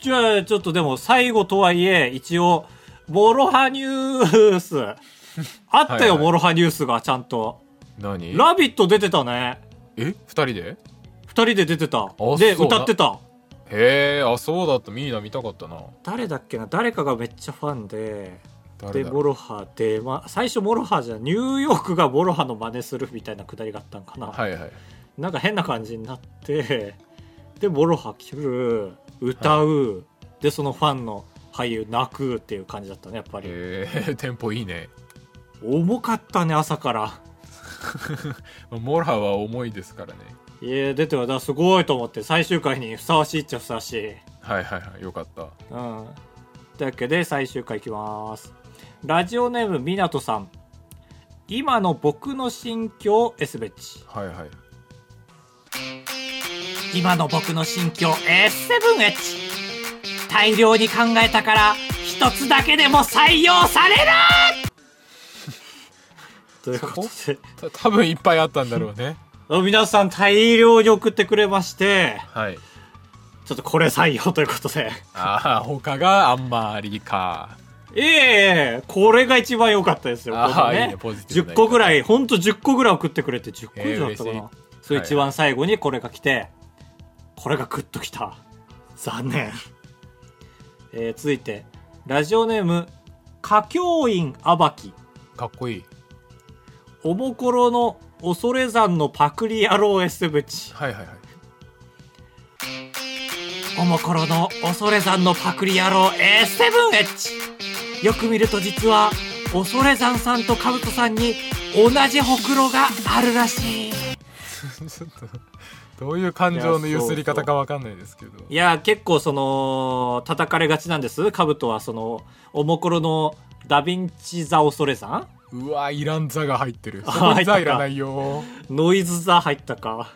Speaker 1: じゃあちょっとでも最後とはいえ、一応、モロハニュース。 あったよ、
Speaker 2: はいはい
Speaker 1: モロハニュースがちゃんと。
Speaker 2: 何
Speaker 1: ラビット出てたね。
Speaker 2: え二人で
Speaker 1: 二人で出てた
Speaker 2: そ。う
Speaker 1: で、歌ってた。
Speaker 2: へえあそうだったミーナ見たかったな
Speaker 1: 誰だっけな誰かがめっちゃファンで、
Speaker 2: 誰
Speaker 1: で
Speaker 2: だ
Speaker 1: モロハで、まあ、最初モロハじゃニューヨークがモロハの真似するみたいなくだりがあったんかな、
Speaker 2: はいはい
Speaker 1: なんか変な感じになってでモロハ来る歌う、でそのファンの俳優泣くっていう感じだったねやっぱり
Speaker 2: えー、 テンポいいね
Speaker 1: 重かったね朝から
Speaker 2: まあモラは重いですからね
Speaker 1: いや出てはだからすごいと思って最終回にふさわしいっちゃふさわしい
Speaker 2: はいはいはいよかった
Speaker 1: うん。というわけで最終回いきます。ラジオネームみなとさん。今の僕の心境エスベッチ。
Speaker 2: はいはい
Speaker 1: 今の僕の心境 S7H。大量に考えたから一つだけでも採用さ れるということで
Speaker 2: た多分いっぱいあったんだろ うね
Speaker 1: あ皆さん大量に送ってくれまして
Speaker 2: はい
Speaker 1: ちょっとこれ採用ということで
Speaker 2: ああ他があんまりか
Speaker 1: ええええこれが一番良かったですよ。
Speaker 2: あー
Speaker 1: この
Speaker 2: いいねポジティブな
Speaker 1: 10個ぐらい、ほんと10個ぐらい送ってくれて、10個以上だったか
Speaker 2: え
Speaker 1: な。
Speaker 2: ー嬉し
Speaker 1: そう、一番最後にこれが来て、これがグッときた。残念。えー続いて、ラジオネーム、歌教員あばき、
Speaker 2: かっこいい
Speaker 1: おもころの恐れ山のパクリ野郎 S ブチ。
Speaker 2: はいはいはい
Speaker 1: おもころの恐れ山のパクリ野郎 S7H よく見ると実は恐れ山さんとカブトさんに同じほくろがあるらしい
Speaker 2: ちょっとどういう感情のゆすり方かわかんないですけど
Speaker 1: いや結構その叩かれがちなんですカブトはそのおもころのダヴィンチ・ザ・恐れ山
Speaker 2: うわいらん座が入ってる
Speaker 1: あ
Speaker 2: そこに座
Speaker 1: 入
Speaker 2: い
Speaker 1: ったから
Speaker 2: ないよ
Speaker 1: ノイズ・ザ入ったか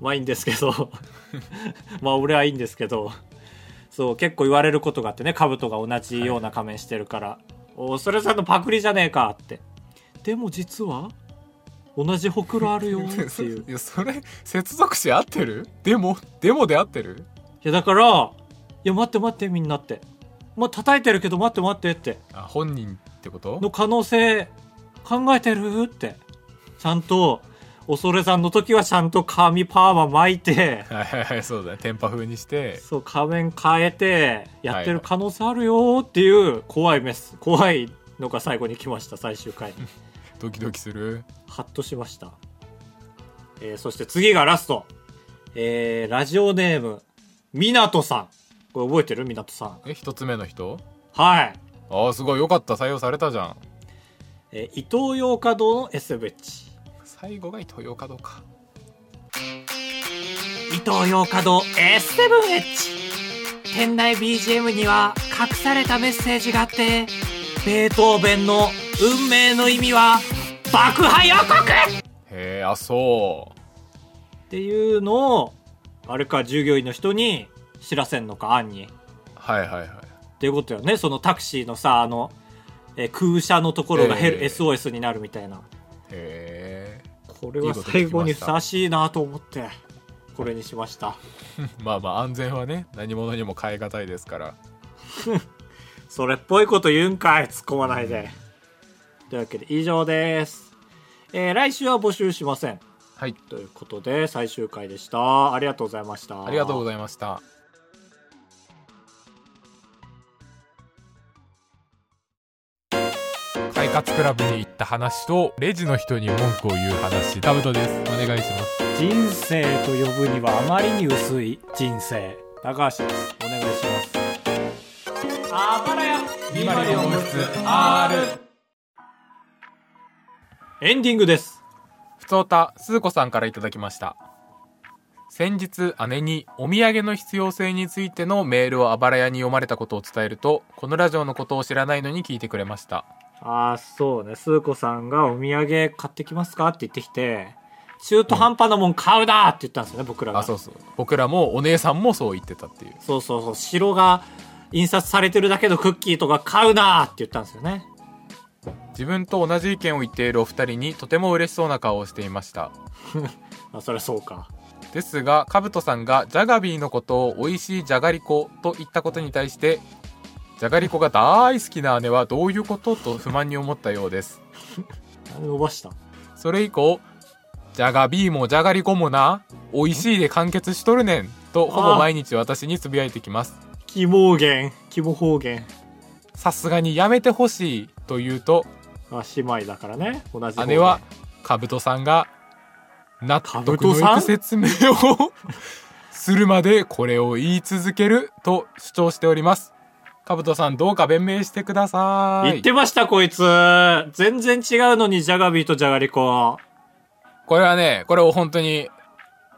Speaker 1: まあいいんですけど まあ俺はいいんですけどそう結構言われることがあってねカブトが同じような仮面してるから「おそれさんのパクリじゃねえか」ってでも実は同じほくろあるよっていう
Speaker 2: いや それ接続詞合ってるでもでもで合ってる
Speaker 1: いやだから「いや待って待ってみんな」って「まあ叩いてるけど待って待って」って
Speaker 2: あ本人ってこと
Speaker 1: の可能性考えてるってちゃんと恐れさんの時はちゃんと髪パーマ巻いて
Speaker 2: はいはいはいそうだねテンパ風にして
Speaker 1: そう仮面変えてやってる可能性あるよーっていう怖いメス怖いのが最後に来ました最終回に
Speaker 2: ドキドキする
Speaker 1: ハッとしました、えーそして次がラスト、えーラジオネームみなとさんこれ覚えてるみなとさん
Speaker 2: え一つ目の人
Speaker 1: はい、
Speaker 2: ああすごいよかった採用されたじゃん
Speaker 1: えー伊東洋華堂の S ブッチ
Speaker 2: 最後が伊東洋華堂か
Speaker 1: 伊東洋華堂 S7H 店内 BGM には隠されたメッセージがあってベートーベンの運命の意味は爆破予告っ
Speaker 2: へえあそ
Speaker 1: ていうのをあれか従業員の人に知らせんのかアンにっ
Speaker 2: うはいはいはい
Speaker 1: ていうことよねそのタクシーのさあの、えー空車のところがヘル、
Speaker 2: ええ
Speaker 1: SOS になるみたいな
Speaker 2: へえ
Speaker 1: これは最後にふさわしいなと思ってこれにしました
Speaker 2: まあまあ安全はね何者にも変え難いですから
Speaker 1: それっぽいこと言うんかい突っ込まないで、というわけで以上です、えー来週は募集しません
Speaker 2: はい
Speaker 1: ということで最終回でしたありがとうございました
Speaker 2: ありがとうご
Speaker 1: ざい
Speaker 2: ざいました快活クラブに行った話とレジの人に文句を言う話タブトですお願いします
Speaker 1: ます人生と呼ぶにはあまりに薄い人生高橋ですお願いしますあばらやエンディングです
Speaker 2: ふつおた、すずこさんからいただきました。先日、姉にお土産の必要性についてのメールをあばら屋に読まれたことを伝えると、このラジオのことを知らないのに聞いてくれました。
Speaker 1: ああそうねスー子さんがお土産買ってきますかって言ってきて中途半端なもん買うなって言ったんですよね、僕らが
Speaker 2: あ、そうそう。僕らもお姉さんもそう言ってたっていう。
Speaker 1: そうそうそう、白が印刷されてるだけのクッキーとか買うなーって言ったんですよね。
Speaker 2: 自分と同じ意見を言っているお二人にとても嬉しそうな顔をしていました。
Speaker 1: あ、そりゃそうか。
Speaker 2: ですが、カブトさんがジャガビーのことを美味しいじゃがりこと言ったことに対して、じゃがりこが大好きな姉はどういうことと不満に思ったようです。
Speaker 1: 何伸ばした
Speaker 2: それ以降、じゃがビーもじゃがりこもな、美味しいで完結しとるねん、とほぼ毎日私につぶやいてきます。
Speaker 1: 希望言、希望方言。
Speaker 2: さすがにやめてほしい、というと
Speaker 1: あ姉妹だからね同じ方で
Speaker 2: 姉は兜さんが納得のいく説明を するまでこれを言い続けると主張しております兜さんどうか弁明してください
Speaker 1: 言ってましたこいつ全然違うのにジャガビーとジャガリコ
Speaker 2: これはねこれを本当に、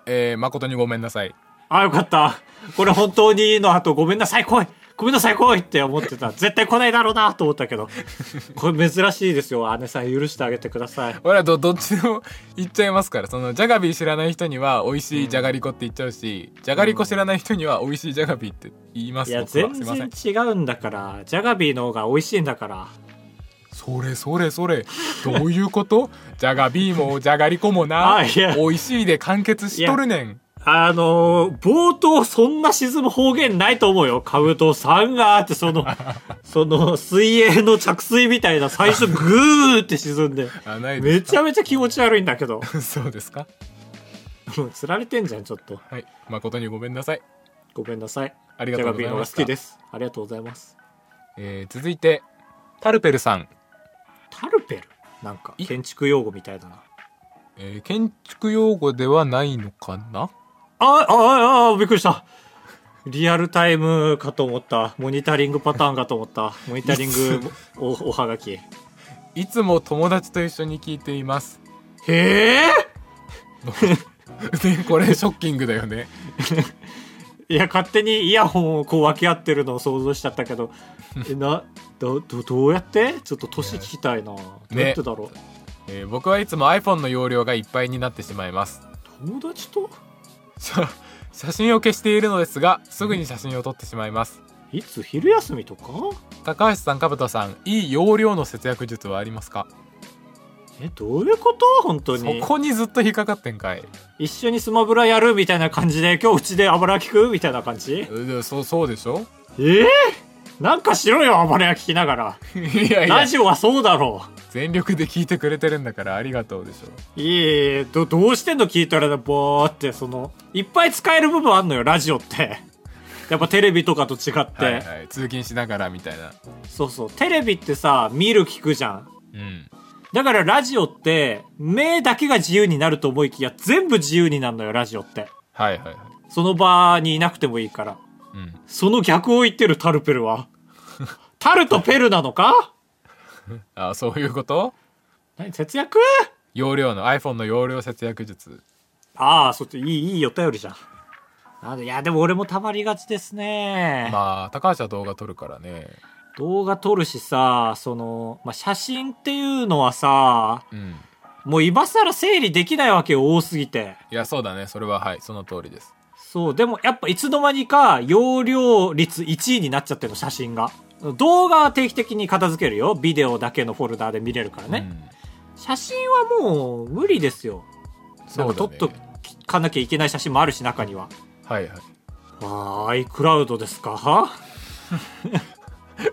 Speaker 2: えー誠にごめんなさい
Speaker 1: あよかったこれ本当にいいのあとごめんなさい来いごめんなさい来いって思ってた絶対来ないだろうなと思ったけどこれ珍しいですよ姉さん許してあげてください
Speaker 2: 俺はど どっちでも言っちゃいますからそのジャガビー知らない人には美味しいじゃがりこって言っちゃうし、じゃがりこ知らない人には美味しいじゃがビーって言いま
Speaker 1: い
Speaker 2: す
Speaker 1: や
Speaker 2: 僕は
Speaker 1: 全
Speaker 2: すいませ
Speaker 1: 然
Speaker 2: ん
Speaker 1: 違うんだからジャガビーの方が美味しいんだから
Speaker 2: それそれそれどういうことじゃがビーもじゃがりこもな
Speaker 1: あいや
Speaker 2: 美味しいで完結しとるねん
Speaker 1: あのー冒頭そんな沈む方言ないと思うよ。カブトさんがーってその、その水泳の着水みたいな最初グーって沈んで、
Speaker 2: あないで
Speaker 1: め
Speaker 2: す
Speaker 1: ちゃめちゃ気持ち悪いんだけど。
Speaker 2: かそうです か
Speaker 1: もう釣られてんじゃん、ちょっと。
Speaker 2: はい誠にごめんなさい
Speaker 1: ごめんなさい。
Speaker 2: あり
Speaker 1: ジャ
Speaker 2: がと
Speaker 1: ガ
Speaker 2: うご
Speaker 1: ビ
Speaker 2: ざ
Speaker 1: ーの
Speaker 2: いま
Speaker 1: が
Speaker 2: し
Speaker 1: 好
Speaker 2: た
Speaker 1: きです。ありがとうございます。
Speaker 2: えー続いてタルペルさん、
Speaker 1: タルペルなんか
Speaker 2: い
Speaker 1: 建築用語みたいだな。
Speaker 2: えー建築用語ではないのかな
Speaker 1: あ、あ、あ、あ、びっくりした。リアルタイムかと思った。モニタリングパターンかと思った。モニタリングお、おはがき。へ
Speaker 2: いつも友達と一緒に聞いています
Speaker 1: え
Speaker 2: でこれショッキングだよね
Speaker 1: いや勝手にイヤホンをこう分け合ってるのを想像しちゃったけどえなどどどうやってちょっと年聞きたいな、どうやってだろう、
Speaker 2: えー僕はいつも iPhone の容量がいっぱいになってしまいます
Speaker 1: 友達と
Speaker 2: 写写真を消しているのですがすぐに写真を撮ってしまいます
Speaker 1: いつ昼休みとか
Speaker 2: 高橋さん兜さんいい容量の節約術はありますか
Speaker 1: えどういうこと本当
Speaker 2: そ
Speaker 1: に
Speaker 2: こにずっと引っかかってんかい
Speaker 1: 一緒にスマブラやるみたいな感じで今日うちで暴れ聞くみたいな感じ
Speaker 2: うでそうそうでしょ
Speaker 1: えー、なんかしろよ暴れ聞きながら
Speaker 2: いやいや
Speaker 1: ラジオはそうだろう
Speaker 2: 全力で聞いてくれてるんだからありがとうでしょ
Speaker 1: いえいえどどうしてんの聞いたらぼーってそのいっぱい使える部分あんのよラジオってやっぱテレビとかと違って、
Speaker 2: はいはい通勤しながらみたいな
Speaker 1: そうそう。テレビってさ、見る聞くじゃん。
Speaker 2: うん
Speaker 1: だからラジオって、目だけが自由になると思いきや、全部自由になるのよ、ラジオって。
Speaker 2: はいはいはい
Speaker 1: その場にいなくてもいいから。
Speaker 2: うん
Speaker 1: その逆を言ってる、タルペル は。タルとペルなのか
Speaker 2: あそういうこと
Speaker 1: 何節約
Speaker 2: 容量の iPhone の容量節約術
Speaker 1: ああ、そっち、いい、いいお便りじゃん。なんでいや、でも俺もたまりがちですね。
Speaker 2: まあ高橋は動画撮るからね
Speaker 1: 動画撮るしさ、その、まあ、写真っていうのはさ、
Speaker 2: うん
Speaker 1: もう今更整理できないわけよ、多すぎて。
Speaker 2: いやそうだねそれははいその通りです
Speaker 1: そう、でもやっぱいつの間にか容量率1位になっちゃってるの、写真が。動画は定期的に片付けるよ。ビデオだけのフォルダーで見れるからね。写真はもう無理ですよ。
Speaker 2: うん
Speaker 1: な
Speaker 2: そ
Speaker 1: んか
Speaker 2: うだ
Speaker 1: 撮
Speaker 2: ね
Speaker 1: っとかなきゃいけない写真もあるし、中には。
Speaker 2: はいはい
Speaker 1: あー、iCloud ですかは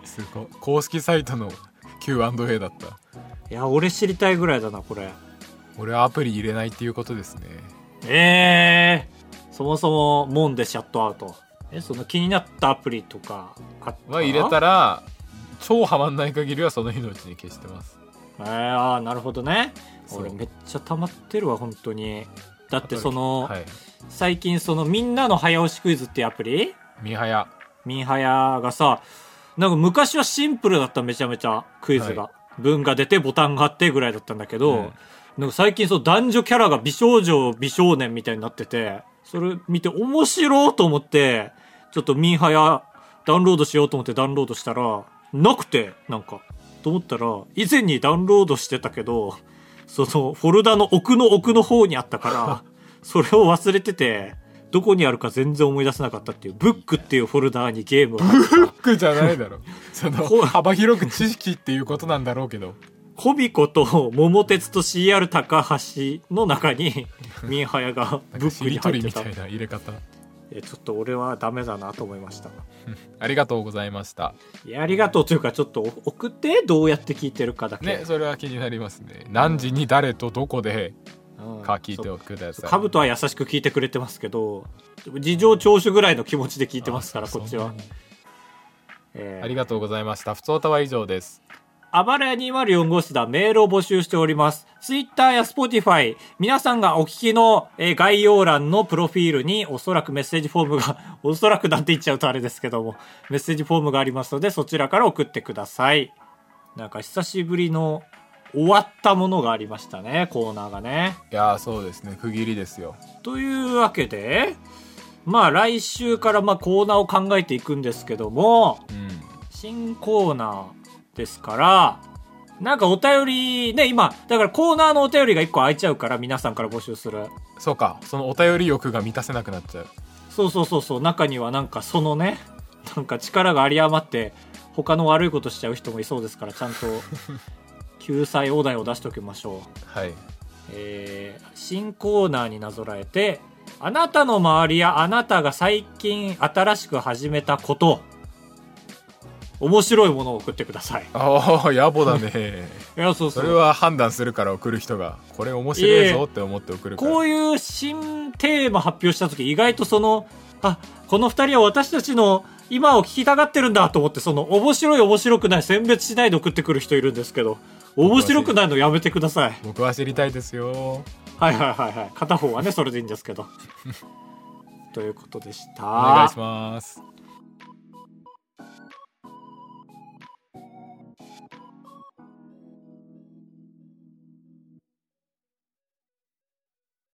Speaker 2: すごい公式サイトの Q&A だった
Speaker 1: いや、俺知りたいぐらいだな、これ。
Speaker 2: 俺はアプリ入れないっていうことですね
Speaker 1: えー、そもそも、もんでシャットアウト。え、その気になったアプリとかあった
Speaker 2: は入れたら超ハマんない限りはその日のうちに消してます
Speaker 1: えー、あーなるほどね
Speaker 2: そう
Speaker 1: 俺めっちゃ溜まってるわ本当にだってその、
Speaker 2: はい
Speaker 1: 最近そのみんなの早押しクイズっていうアプリ
Speaker 2: ミハヤ
Speaker 1: ミンハヤがさなんか昔はシンプルだっためちゃめちゃクイズが、
Speaker 2: は
Speaker 1: 文が出てボタンがあってぐらいだったんだけど、
Speaker 2: うん
Speaker 1: なんか最近そう男女キャラが美少女美少年みたいになっててそれ見て面白いと思ってちょっとミンハヤダウンロードしようと思ってダウンロードしたらなくてなんかと思ったら以前にダウンロードしてたけどそのフォルダの奥の奥の方にあったからそれを忘れててどこにあるか全然思い出せなかったっていうブックっていうフォルダーにゲームが
Speaker 2: フックじゃない だろその
Speaker 1: こう
Speaker 2: 幅広く知識っていうことなんだろうけど
Speaker 1: コビコと桃鉄と CR 高橋の中 にミンハヤが
Speaker 2: なん
Speaker 1: ブ
Speaker 2: か
Speaker 1: ッ
Speaker 2: し
Speaker 1: クに
Speaker 2: りと
Speaker 1: 入
Speaker 2: り
Speaker 1: って
Speaker 2: み
Speaker 1: た
Speaker 2: たいな入れ方
Speaker 1: えちょっと俺はダメだなと思いました
Speaker 2: ありがとうございました
Speaker 1: いやありがとうというかちょっと送ってどうやって聞いてるかだけ、
Speaker 2: ねそれは気になりますね何時に誰とどこで
Speaker 1: うん
Speaker 2: か聞いておください
Speaker 1: カブトは優しく聞いてくれてますけど事情聴取ぐらいの気持ちで聞いてますからこっちは
Speaker 2: あ、そんなに
Speaker 1: えー
Speaker 2: ありがとうございましたふつおたは以上です
Speaker 1: あばらや204号室だメールを募集しております。ツイッターやスポティファイ、皆さんがお聞きの、えー概要欄のプロフィールにおそらくメッセージフォームが、 おそらくなんて言っちゃうとあれですけども、メッセージフォームがありますので、そちらから送ってください。なんか久しぶりの終わったものがありましたね、コーナーがね。
Speaker 2: いやーそうですね区切りですよ
Speaker 1: というわけで、まあ来週からまあコーナーを考えていくんですけども、
Speaker 2: うん
Speaker 1: 新コーナーですから、なんかお便り、ね、今、だからコーナーのお便りが1個空いちゃうから、皆さんから募集する。
Speaker 2: そうかそのお便り欲が満たせなくなっちゃう
Speaker 1: そうそうそうそう、中にはなんかそのね、なんか力が有り余って、他の悪いことしちゃう人もいそうですから、ちゃんと救済お題を出しておきましょう。
Speaker 2: はい
Speaker 1: えー新コーナーになぞらえて、あなたの周りやあなたが最近新しく始めたこと、面白いものを送ってください。
Speaker 2: ああ野暮だね
Speaker 1: いや、 そうそ。
Speaker 2: そうれは判断するから送る人がこれ面白いぞって思って送るから
Speaker 1: こういう新テーマ発表した時意外とそのあこの二人は私たちの今を聞きたがってるんだと思ってその面白い面白くない選別しないで送ってくる人いるんですけど面白くないのやめてください
Speaker 2: 僕は知りたいですよ
Speaker 1: はいはいはい はい片方はねそれでいいんですけどということでした
Speaker 2: お願いします